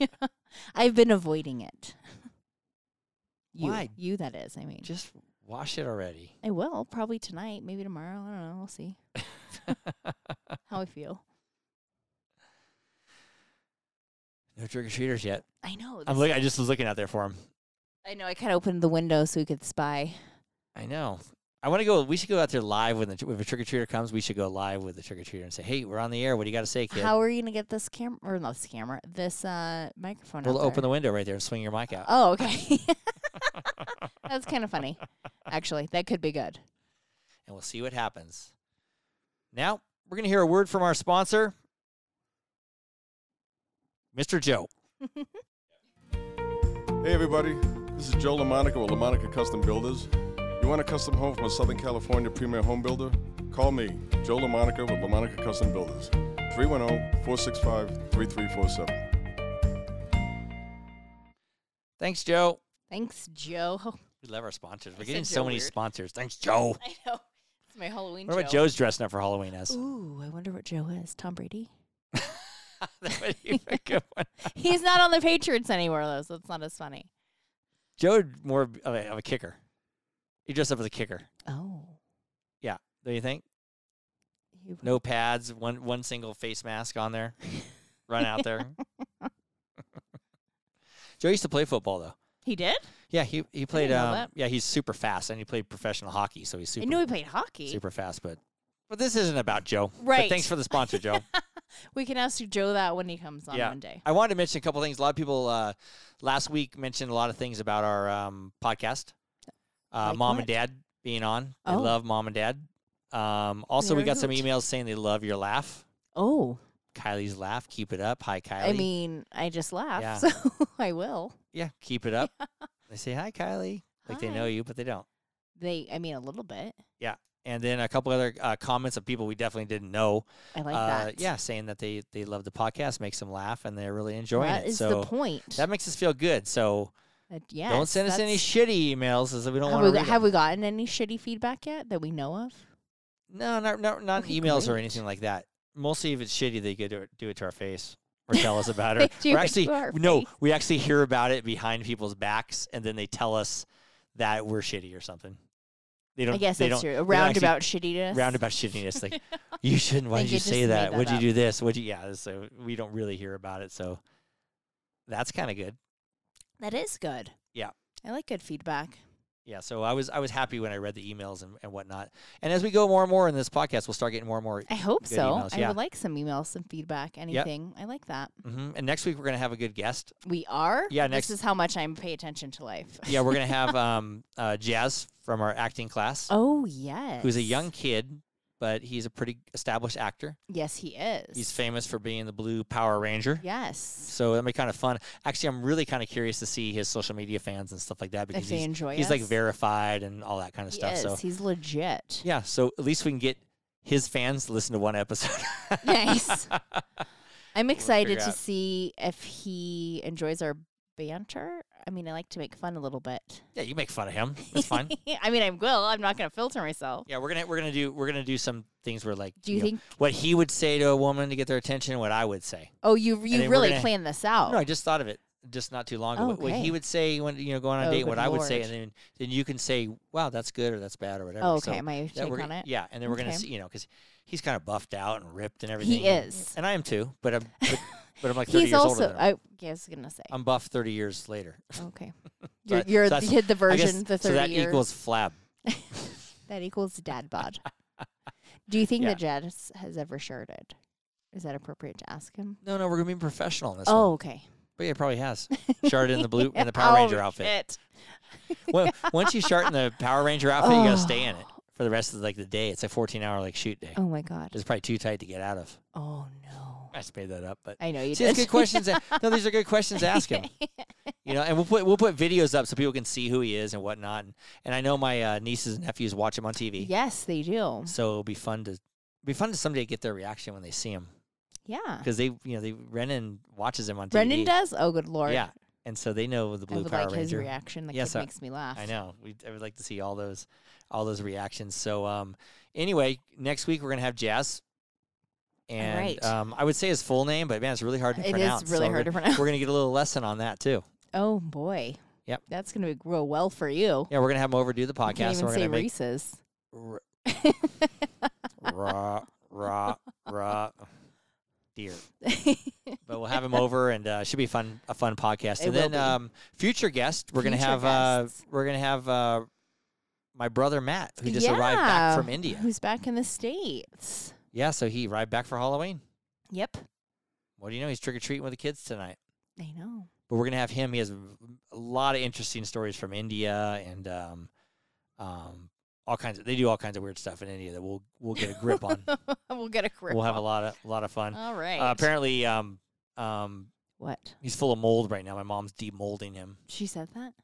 B: (laughs) I've been avoiding it. You,
A: Why?
B: you that is. I mean,
A: Just wash it already.
B: I will probably tonight, maybe tomorrow. I don't know.
A: (laughs)
B: We'll see how I feel.
A: No trick or treaters yet.
B: I know.
A: I'm
B: this-
A: looking. I just was looking out there for him.
B: I know. I kind of opened the window so we could spy.
A: I know. I want to go. We should go out there live when the tr- if a trick or treater comes. We should go live with the trick or treater and say, "Hey, we're on the air. What do you got to say, kid?"
B: How are you gonna get this camera or not this camera? This uh microphone.
A: we'll
B: out
A: open
B: there?
A: the window right there and swing your mic out. (laughs)
B: Oh, okay. That's kind of funny, actually. That could be good.
A: and we'll see what happens. Now, we're going to hear a word from our sponsor, Mr. Joe.
C: Hey everybody, this is Joe LaMonica with LaMonica Custom Builders. You want a custom home from a Southern California premier home builder? Call me, Joe LaMonica with LaMonica Custom Builders, 310-465-3347.
A: Thanks, Joe.
B: Thanks, Joe. (laughs)
A: We love our sponsors. We're
B: I
A: getting
B: said
A: so
B: Joe
A: many
B: weird.
A: sponsors. Thanks, Joe.
B: I know. It's my Halloween.
A: What about Joe's dressing up for Halloween as?
B: Ooh, I wonder what Joe is. Tom Brady.
A: (laughs) that would be
B: (laughs)
A: a good one.
B: He's not on the Patriots anymore though, so it's not as funny.
A: Joe more of a, of a kicker. He dressed up as a kicker.
B: Oh.
A: Don't you think?
B: He
A: No pads, one one single face mask on there. Run out there. (laughs) Joe used to play football though.
B: He did?
A: Yeah, he he played.
B: know
A: Um,
B: that.
A: yeah, he's super fast, and he played professional hockey, so he's super.
B: I knew he played hockey.
A: super fast, but but this isn't about Joe. But
B: Right.
A: thanks for the sponsor,
B: (laughs)
A: Joe.
B: We can ask Joe that when he comes on
A: Yeah.
B: one day.
A: I wanted to mention a couple things. A lot of people uh, last week mentioned a lot of things about our um, podcast. Uh,
B: Like
A: mom
B: what?
A: and dad being on. I
B: Oh.
A: love mom and dad. Um, also, we
B: Very
A: got some
B: good.
A: emails saying they love your laugh.
B: Oh.
A: Kylie's laugh. Keep it up. Hi, Kylie.
B: I mean, I just laughed,
A: Yeah.
B: (laughs) so I will.
A: yeah, keep
B: (laughs)
A: it up. They say hi, Kylie. Like they know
B: Hi.
A: you, but they don't.
B: They I mean a little bit.
A: And then a couple other uh, comments of people we definitely didn't know.
B: I like
A: uh,
B: that.
A: Yeah, saying that they they love the podcast, makes them laugh, and they're really enjoying
B: That
A: it.
B: is
A: so
B: the point.
A: That makes us feel good. So
B: That- yes,
A: don't send us any
B: that's-
A: shitty emails as we don't
B: have,
A: want to
B: we,
A: read.
B: have
A: them.
B: we gotten any shitty feedback yet that we know
A: (laughs)
B: of?
A: No, not not, not
B: Okay,
A: emails or
B: great.
A: anything like that. Mostly if it's shitty, they could do it, do it to our face or tell us
B: (laughs)
A: about it.
B: They do
A: Or
B: it
A: actually,
B: to our
A: no,
B: face.
A: we actually hear about it behind people's backs, and then they tell us that we're shitty or something. They don't.
B: I guess
A: they
B: that's
A: don't,
B: true. A
A: they don't actually-
B: roundabout shittiness.
A: Roundabout shittiness.
B: (laughs)
A: Like you shouldn't. Why
B: Like,
A: did you
B: you just
A: say
B: made
A: that?
B: that
A: Would you
B: up.
A: do this? Would you? Yeah. So we don't really hear about it. So that's kind of good.
B: That is good.
A: Yeah.
B: I like good feedback.
A: Yeah, so I was I was happy when I read the emails and, and whatnot. And as we go more and more in this podcast, we'll start getting more and more.
B: I hope
A: Good
B: so.
A: emails,
B: I
A: yeah.
B: would like some emails, some feedback, anything. I like that.
A: hmm And next week we're gonna have a good guest.
B: We are.
A: Yeah, next-
B: This is how much I am pay attention to life.
A: (laughs) Yeah, we're gonna have um, uh, Jazz from our acting class,
B: (laughs) oh yes.
A: who's a young kid, but he's a pretty established actor.
B: Yes, he is.
A: He's famous for being the Blue Power Ranger.
B: (laughs) Yes.
A: So that'll be kind of fun. Actually, I'm really kind of curious to see his social media fans and stuff like that because
B: If they
A: he's,
B: enjoy
A: he's like
B: us.
A: verified and all that kind of
B: Oh,
A: stuff.
B: He is.
A: So (laughs)
B: He's legit.
A: yeah, so at least we can get his fans to listen to one episode. (laughs)
B: Nice. I'm
A: figure
B: excited to
A: out.
B: see if he enjoys our banter. I mean, I like to make fun a little bit.
A: Yeah, you make fun of him. That's
B: (laughs)
A: fine.
B: I mean, I will. I'm not going to filter myself.
A: yeah, we're gonna we're gonna do we're gonna do some things where like
B: Do you
A: know,
B: think?
A: what he would say to a woman to get their attention, what I would say.
B: Oh, you
A: then
B: you
A: we're
B: really
A: gonna-
B: planned this out.
A: No, I just thought of it just not too long ago.
B: Oh,
A: What- What
B: okay.
A: he would say when you know going on a
B: Oh,
A: date, what
B: good
A: I would say,
B: lord.
A: and then then you can say, "Wow, that's good" or "That's bad" or whatever.
B: oh,
A: So
B: okay. My
A: that
B: take
A: we're,
B: on
A: gonna-
B: it.
A: Yeah, and then we're gonna
B: Okay.
A: see, you know, because he's kind of buffed out and ripped and everything.
B: He is.
A: and I am too, but I'm
B: (laughs)
A: but, but I'm like thirty
B: He's
A: years older.
B: also.
A: Than him.
B: I, yeah, I was going to say.
A: I'm buff thirty years later.
B: okay.
A: (laughs) So
B: You're,
A: I-
B: you're
A: so
B: the,
A: that's-
B: hit the
A: I
B: version,
A: guess-
B: the 30
A: so that
B: year.
A: equals flab.
B: (laughs) that equals
A: (laughs)
B: dad bod. Do you think
A: Yeah.
B: that Jad has- has ever shirted? Is that appropriate to ask him?
A: No, no, we're gonna be professional in this.
B: oh,
A: one.
B: okay.
A: but yeah, probably has shard in the blue
B: (laughs)
A: in the Power Ranger
B: Oh,
A: outfit.
B: shit.
A: Well, once you shart in the Power Ranger outfit, you gotta stay in it
B: Oh.
A: for the rest of like the day. It's a 14 hour like shoot day.
B: Oh my god.
A: It's probably too tight to get out of.
B: Oh no.
A: I just made that up, but
B: I know you
A: See,
B: did.
A: that's good questions. to- no, these are good questions to ask
B: (laughs)
A: him. You know, and we'll put we'll put videos up so people can see who he is and whatnot. And, and I know my uh, nieces and nephews watch him on TV,
B: yes, they do.
A: so it'll be fun to be fun to someday get their reaction when they see him
B: Yeah.
A: because they you know they Renan watches him on TV.
B: Brendan does. Oh, good lord.
A: yeah, and so they know the
B: I
A: Blue
B: would
A: Power
B: like his
A: Ranger.
B: reaction. That
A: Yes,
B: kid
A: I-
B: makes me laugh.
A: I know. We I would like to see all those all those reactions. So um anyway, next week we're gonna have Jazz. And
B: right.
A: um I would say his full name, but man, it's really hard to
B: It
A: pronounce.
B: is really
A: so
B: hard
A: we're-
B: to pronounce.
A: We're gonna get a little lesson on that too.
B: Oh boy.
A: Yep.
B: That's gonna be grow well for you.
A: Yeah, we're gonna have him overdo the
B: I can't
A: podcast. and
B: even
A: we're
B: say
A: gonna make
B: Reese's. (laughs)
A: r- rah rah rah
B: (laughs)
A: dear. But we'll have him over, and uh, should be fun a fun podcast.
B: It
A: and
B: will
A: then
B: be.
A: um, future guest, we're gonna
B: Future
A: have uh,
B: guests.
A: we're gonna have uh, my brother Matt, who just arrived
B: Yeah,
A: back from India.
B: Who's back in the states?
A: Yeah, so he arrived back for Halloween.
B: Yep.
A: What do you know? He's trick or treating with the kids tonight.
B: I know.
A: But we're gonna have him. He has a lot of interesting stories from India and um, um, all kinds of. They do all kinds of weird stuff in India that we'll we'll get a grip
B: (laughs)
A: on.
B: (laughs) we'll get a grip.
A: we'll have a
B: on.
A: lot of a lot of fun.
B: All right.
A: Uh, apparently, um, um,
B: what?
A: he's full of mold right now. My mom's demolding him.
B: She said that?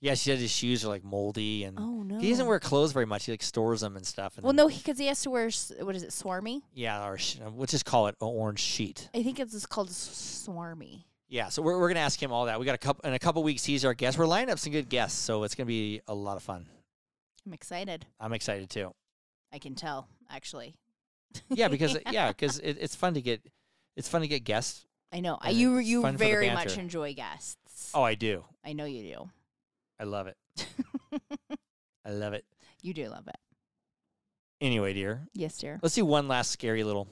A: Yeah, she said his shoes are like moldy, and
B: Oh no.
A: Mm. he doesn't wear clothes very much. He like stores them and stuff. And
B: Well,
A: then-
B: no, because he, has to wear s- what is it, swarmy?
A: Yeah, or sh- uh, we'll just call it an orange sheet.
B: I think it's it's called s- swarmy.
A: Yeah, so we're, we're gonna ask him all that. We got a couple in a couple weeks. He's our guest. We're lining up some good guests, so it's gonna be a lot of fun.
B: I'm excited.
A: I'm excited too.
B: I can tell actually.
A: Yeah,
B: (laughs)
A: because yeah, because it, it's fun to get it's fun to get guests.
B: I know. I
A: And
B: you
A: it's
B: you
A: fun for the
B: very much
A: banter.
B: enjoy guests.
A: Oh, I do.
B: I know you do.
A: I love it. I love it.
B: (laughs) You do love it.
A: Anyway, dear,
B: Yes, dear.
A: let's do one last scary little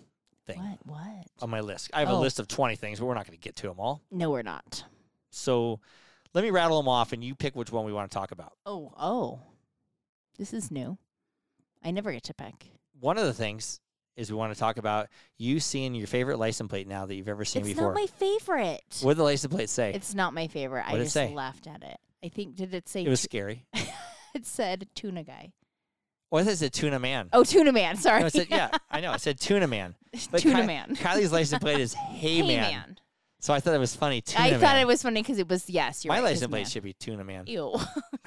A: thing
B: What? What?
A: on my list. I have
B: Oh.
A: a list of 20 things, but we're not gonna get to them all.
B: No, we're not.
A: So let me rattle them off, and you pick which one we want to talk about.
B: Oh, oh. This is new. I never get to pick.
A: One of the things is we want to talk about you seeing your favorite license plate now that you've ever seen
B: It's
A: before.
B: not my favorite.
A: what did the license plate say?
B: It's not my favorite. I
A: What'd it
B: just
A: say?
B: laughed at it. I think did it say
A: it was
B: tu-
A: scary.
B: (laughs) it said tuna guy.
A: Well, I said- said tuna man.
B: Oh, tuna man. Sorry.
A: No, I said,
B: (laughs)
A: yeah, I know. I said tuna man. But
B: tuna
A: Ky-
B: man.
A: Kylie's license plate
B: (laughs)
A: is hey, man. So I thought it was funny. Tuna
B: I
A: man.
B: thought it was funny because it was yes. You're
A: My
B: right, it was
A: license plate
B: man.
A: should be tuna man.
B: Ew,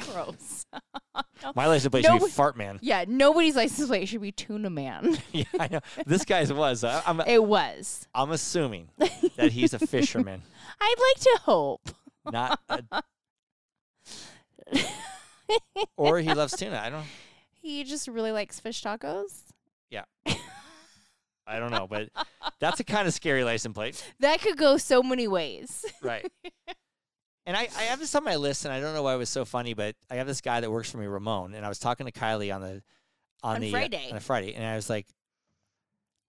B: (laughs) gross. No.
A: My license plate should
B: No.
A: be fart man. (laughs)
B: Yeah, nobody's license plate should be tuna man. (laughs)
A: yeah, I know. This guy's was. I, I'm
B: It was.
A: I'm assuming that he's a fisherman,
B: I'd like to hope.
A: not
B: (laughs)
A: a. or he loves tuna. I don't.
B: He just really likes fish tacos.
A: I don't know, but that's a kind of scary license plate,
B: That could go so many ways. (laughs)
A: right? And I, I have this on my list, and I don't know why it was so funny, but I have this guy that works for me, Ramon, and I was talking to Kylie on the on,
B: On
A: the uh,
B: Friday.
A: on a Friday, and I was like,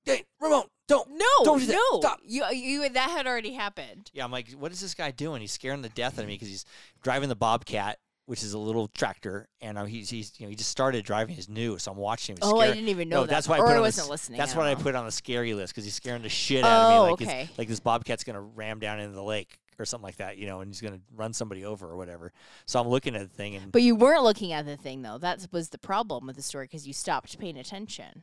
A: "Hey, Ramon, don't
B: No,
A: Don't do that.
B: no,
A: Stop.
B: you you that had already happened.
A: Yeah, I'm like, what is this guy doing? He's scaring the death out of me because he's driving the Bobcat, which is a little tractor, and uh, he's, he's you know he just started driving. He's new, so I'm watching him. He's
B: Oh, I
A: scared-
B: didn't even know
A: No,
B: that.
A: that's why I
B: or
A: put
B: I
A: on
B: wasn't
A: this-
B: listening.
A: That's
B: don't
A: what I
B: know.
A: put on the scary list because he's scaring the shit out of me.
B: Oh,
A: Like,
B: okay.
A: this, like this Bobcat's gonna ram down into the lake or something like that, you know, and he's gonna run somebody over or whatever. So I'm looking at the thing and
B: But you weren't looking at the thing though. That was the problem with the story because you stopped paying attention.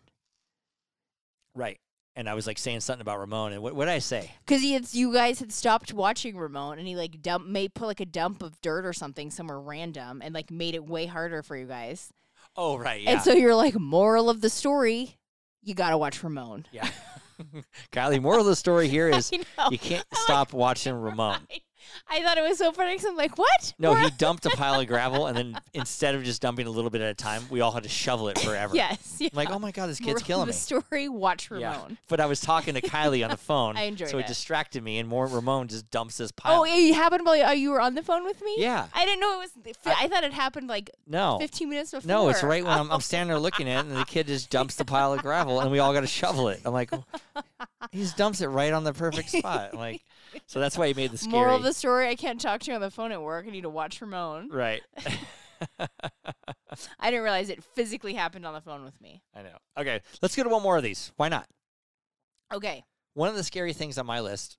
A: right, and I was like saying something about Ramon and what what did I say?
B: Because he had, you guys had stopped watching Ramon, and he like dump made put like a dump of dirt or something somewhere random, and like made it way harder for you guys.
A: Oh right, yeah,
B: And so you're like, moral of the story, you gotta
A: (laughs)
B: watch Ramon. (laughs)
A: yeah. Kylie, moral of the story here is
B: I know.
A: you can't stop watching Ramon.
B: (laughs) Right. I thought it was so funny because I'm like, what?
A: No,
B: We're-
A: he dumped a pile of gravel, and then instead of just dumping a little bit at a time, we all had to shovel it forever.
B: yes. Yeah.
A: I'm like, oh my god, this
B: Moral
A: kid's
B: of
A: killing
B: the
A: me.
B: story. Watch Ramon.
A: But I was talking to Kylie on
B: (laughs)
A: the phone.
B: I enjoyed
A: So it
B: it.
A: distracted me, and more Ramon just dumps this pile.
B: Oh, it happened while you, oh, you were on the phone with me.
A: Yeah.
B: I didn't know it was. I, thought it happened like
A: no.
B: 15 minutes before.
A: No, it's right when
B: (laughs)
A: I'm, I'm standing there looking at it, and the kid just dumps the pile of gravel, and we all got to shovel it.
B: (laughs)
A: I'm like, "Oh." he just dumps it right on the perfect spot. I'm like, so that's why he made the scary.
B: (laughs) Moral of the story: I can't talk to you on the phone at work. I need to watch Ramon.
A: right.
B: (laughs) I didn't realize it physically happened on the phone with me.
A: I know. Okay, let's go to one more of these. Why not?
B: Okay.
A: One of the scary things on my list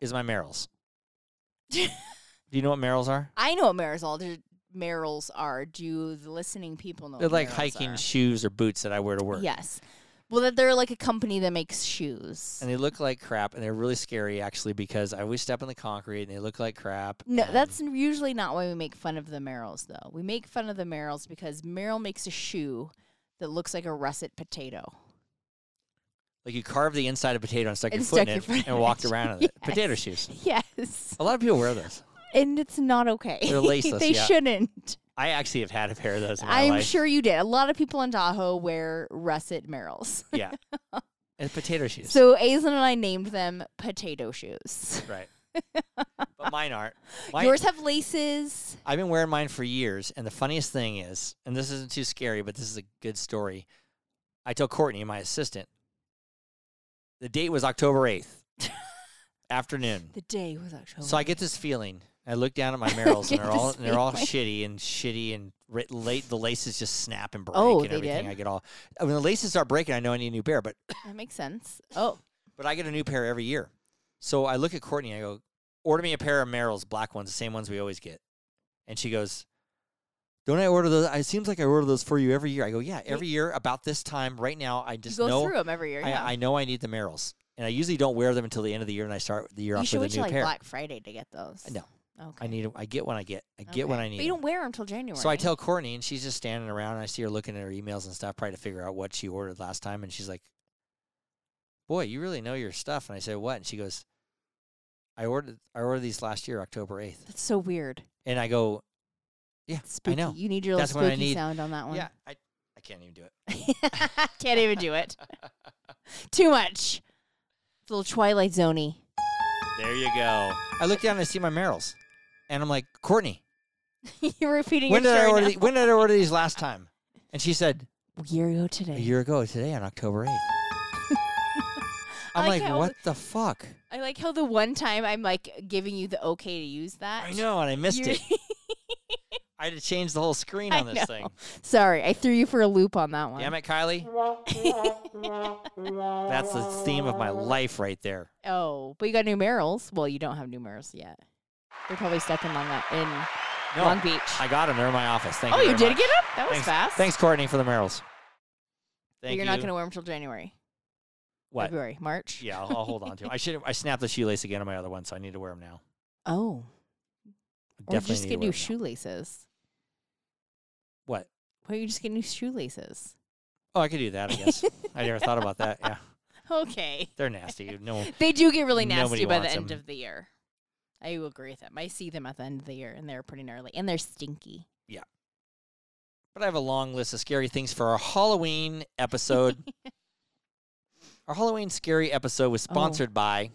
A: is my
B: (laughs)
A: merrills. Do you know what merrills are?
B: I know what Marisol did. Merrills are. Do the listening people know?
A: They're
B: what
A: like
B: Merrills
A: hiking
B: are?
A: shoes or boots that I wear to work.
B: Yes. Well, that they're like a company that makes shoes.
A: And they look like crap, and they're really scary actually because I always step on the concrete and they look like crap.
B: No,
A: and-
B: that's n- usually not why we make fun of the Merrills, though. We make fun of the Merrills because Merrill makes a shoe that looks like a russet potato.
A: like you carve the inside of a potato and stuck your
B: And
A: foot in
B: stuck
A: it
B: your foot in
A: and
B: it.
A: walked around in it.
B: (laughs)
A: Potato
B: Yes.
A: shoes.
B: Yes.
A: A lot of people wear those.
B: And it's not okay.
A: They're laceless,
B: (laughs) they
A: yeah.
B: shouldn't.
A: I actually have had a pair of those in my
B: I'm
A: life.
B: sure you did. A lot of people in Tahoe wear russet Merrills.
A: (laughs)
B: (laughs)
A: Yeah. And potato shoes.
B: So Aislinn and I named them potato shoes. (laughs)
A: right. but mine aren't. Mine,
B: Yours have laces.
A: I've been wearing mine for years, and the funniest thing is, and this isn't too scary, but this is a good story. I told Courtney, my assistant, the date was October
B: (laughs)
A: eighth afternoon.
B: The day was October.
A: So I get this feeling. I look down at my Merrills,
B: (laughs)
A: and
B: get
A: they're all
B: this
A: and they're all
B: feeling.
A: shitty and shitty and ri- late. The laces just snap and break
B: Oh,
A: and
B: they
A: everything.
B: did?
A: I get all uh, when the laces start breaking, I know I need a new pair. But (clears throat)
B: that makes sense. Oh,
A: but I get a new pair every year. So I look at Courtney and I go, order me a pair of Merrill's, black ones, the same ones we always get. And she goes, don't I order those? It seems like I order those for you every year. I go, yeah, every year about this time right now. I
B: you
A: just
B: go
A: know
B: through them every year. yeah.
A: I, I know I need the Merrill's, and I usually don't wear them until the end of the year, and I start the year
B: you
A: off
B: should
A: with a
B: wait
A: new
B: till like
A: pair.
B: Black Friday to get those.
A: No.
B: Okay.
A: I need. 'em- I get what I get. I get what
B: Okay.
A: I need.
B: But you don't eh? wear them till January.
A: So I tell Courtney, and she's just standing around. And I see her looking at her emails and stuff, probably to figure out what she ordered last time. And she's like, "Boy, you really know your stuff." And I said, "What?" And she goes, "I ordered. I ordered these last year, October 8th.
B: That's so weird.
A: And I go, "Yeah,
B: Spooky.
A: I know.
B: You need your little
A: That's when I
B: spooky
A: need-
B: sound on that one.
A: Yeah, I, I can't even do it.
B: (laughs) Can't even
A: (laughs)
B: do it. Too much. It's a little Twilight Zoney. (laughs)
A: There you go. I look down and I see my Merrills, and I'm like, Courtney,
B: You're repeating
A: when
B: your
A: did I
B: story
A: order?
B: now.
A: The, when did I order these last time? And she said,
B: A year ago today.
A: a year ago today on (laughs) October 8th. I'm
B: I
A: like,
B: can't-
A: what the fuck?
B: I like how the one time I'm like giving you the okay to use that.
A: I know, and I missed
B: You're-
A: it. I had to change the whole (laughs) screen
B: I
A: on this
B: know.
A: thing.
B: (laughs) Sorry, I threw you for a loop on that one.
A: Damn it, Kylie. That's the theme of my life right there.
B: Oh, but you got new Merrills. Well, you don't have new Merrills yet. They're probably stuck in Long, uh, in
A: No,
B: Long Beach.
A: I got them. They're in my office. Thank
B: oh,
A: you.
B: you
A: very
B: did
A: much.
B: get up? That was
A: Thanks,
B: fast.
A: Thanks, Courtney, for the Merrills.
B: But
A: Thank
B: you're
A: you.
B: not going to wear them till January.
A: what?
B: February,
A: (laughs)
B: March.
A: Yeah, I'll, I'll hold on to. 'em. I should. I snapped the shoelace again on my other one, so I need to wear them now.
B: Oh, or
A: Definitely
B: just
A: need
B: get
A: to wear
B: new
A: 'em now.
B: shoelaces.
A: What?
B: Why don't you just get new shoelaces? (laughs)
A: Oh, I could do that. I guess. I never thought about that. Yeah,
B: Okay.
A: they're nasty. No,
B: They do get really nasty
A: Nobody
B: by the
A: wants
B: end
A: 'em.
B: of the year. I will agree with them. I see them at the end of the year, and they're pretty gnarly, and they're stinky.
A: But I have a long list of scary things for our Halloween
B: (laughs)
A: episode. our Halloween scary episode was
B: Oh.
A: sponsored by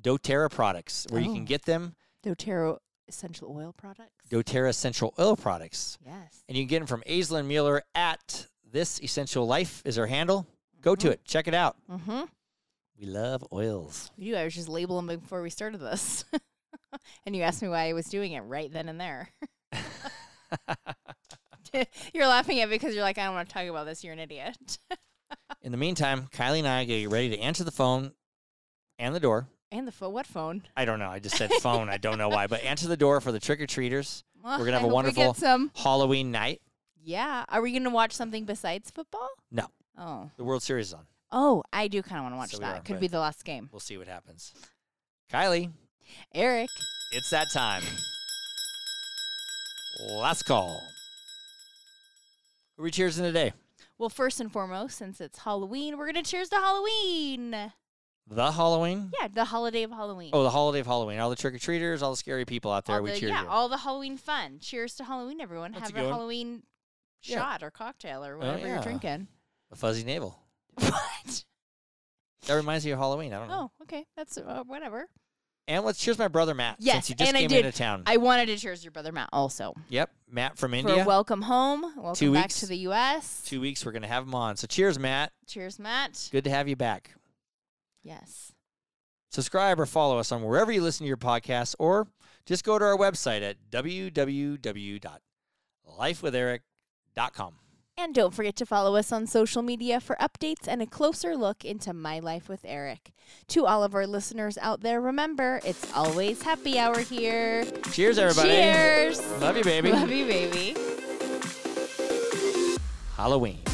A: doTERRA products, where you
B: Oh.
A: can get them
B: DoTerra essential oil products.
A: doTERRA essential oil products.
B: yes.
A: And you can get them from Aislinn Mueller at This Essential Life is her handle. Go to it, check it out.
B: Mm-hmm.
A: We love oils.
B: You, I was just labeling before we started this, (laughs) and you asked me why I was doing it right then
A: (laughs)
B: and there. (laughs) you're laughing at me because you're like, I don't want to talk about this. You're an idiot. (laughs)
A: In the meantime, Kylie and I get ready to answer the phone and the door.
B: and the phone. What phone?
A: I don't know. I just said phone. I don't know why, but answer the door for the trick or treaters.
B: Well,
A: We're gonna
B: I
A: have a
B: hope we get
A: wonderful
B: some.
A: Halloween night.
B: Yeah. Are we gonna watch something besides football?
A: No,
B: Oh.
A: the World Series is on.
B: Oh, I do kind of want to watch
A: So we
B: that.
A: are,
B: Could
A: but-
B: be the last game.
A: We'll see what happens. Kylie,
B: Eric.
A: it's that time. Last call. Who are we cheersing today?
B: Well, first and foremost, since it's Halloween, we're gonna cheers to Halloween.
A: The Halloween?
B: Yeah, the holiday of Halloween.
A: Oh, the holiday of Halloween. All the trick or treaters, all the scary people out there.
B: all
A: we
B: the,
A: cheer
B: yeah,
A: you.
B: all the Halloween fun. Cheers to Halloween, everyone.
A: That's a
B: Have
A: good
B: a
A: one.
B: Halloween
A: Yeah. Oh,
B: shot or cocktail or whatever
A: yeah.
B: you're
A: (laughs)
B: drinking. (laughs)
A: A fuzzy navel.
B: what?
A: That reminds me of Halloween. I don't know.
B: Oh, okay. That's uh, whatever.
A: And let's cheers my brother Matt.
B: Yes,
A: since he just
B: and I
A: came
B: did.
A: into town.
B: I wanted to cheers your brother Matt also
A: yep, Matt from
B: for
A: India.
B: welcome home, welcome
A: Two
B: back
A: weeks.
B: to the U.S.
A: Two weeks, we're gonna have him on. So cheers, Matt.
B: Cheers, Matt.
A: Good to have you back.
B: Yes.
A: Subscribe or follow us on wherever you listen to your podcasts, or just go to our website at www.lifewitheric.com.
B: And don't forget to follow us on social media for updates and a closer look into my life with Eric. To all of our listeners out there, remember it's always happy hour here.
A: Cheers, everybody.
B: Cheers.
A: Love you, baby.
B: Love you, baby.
A: Halloween.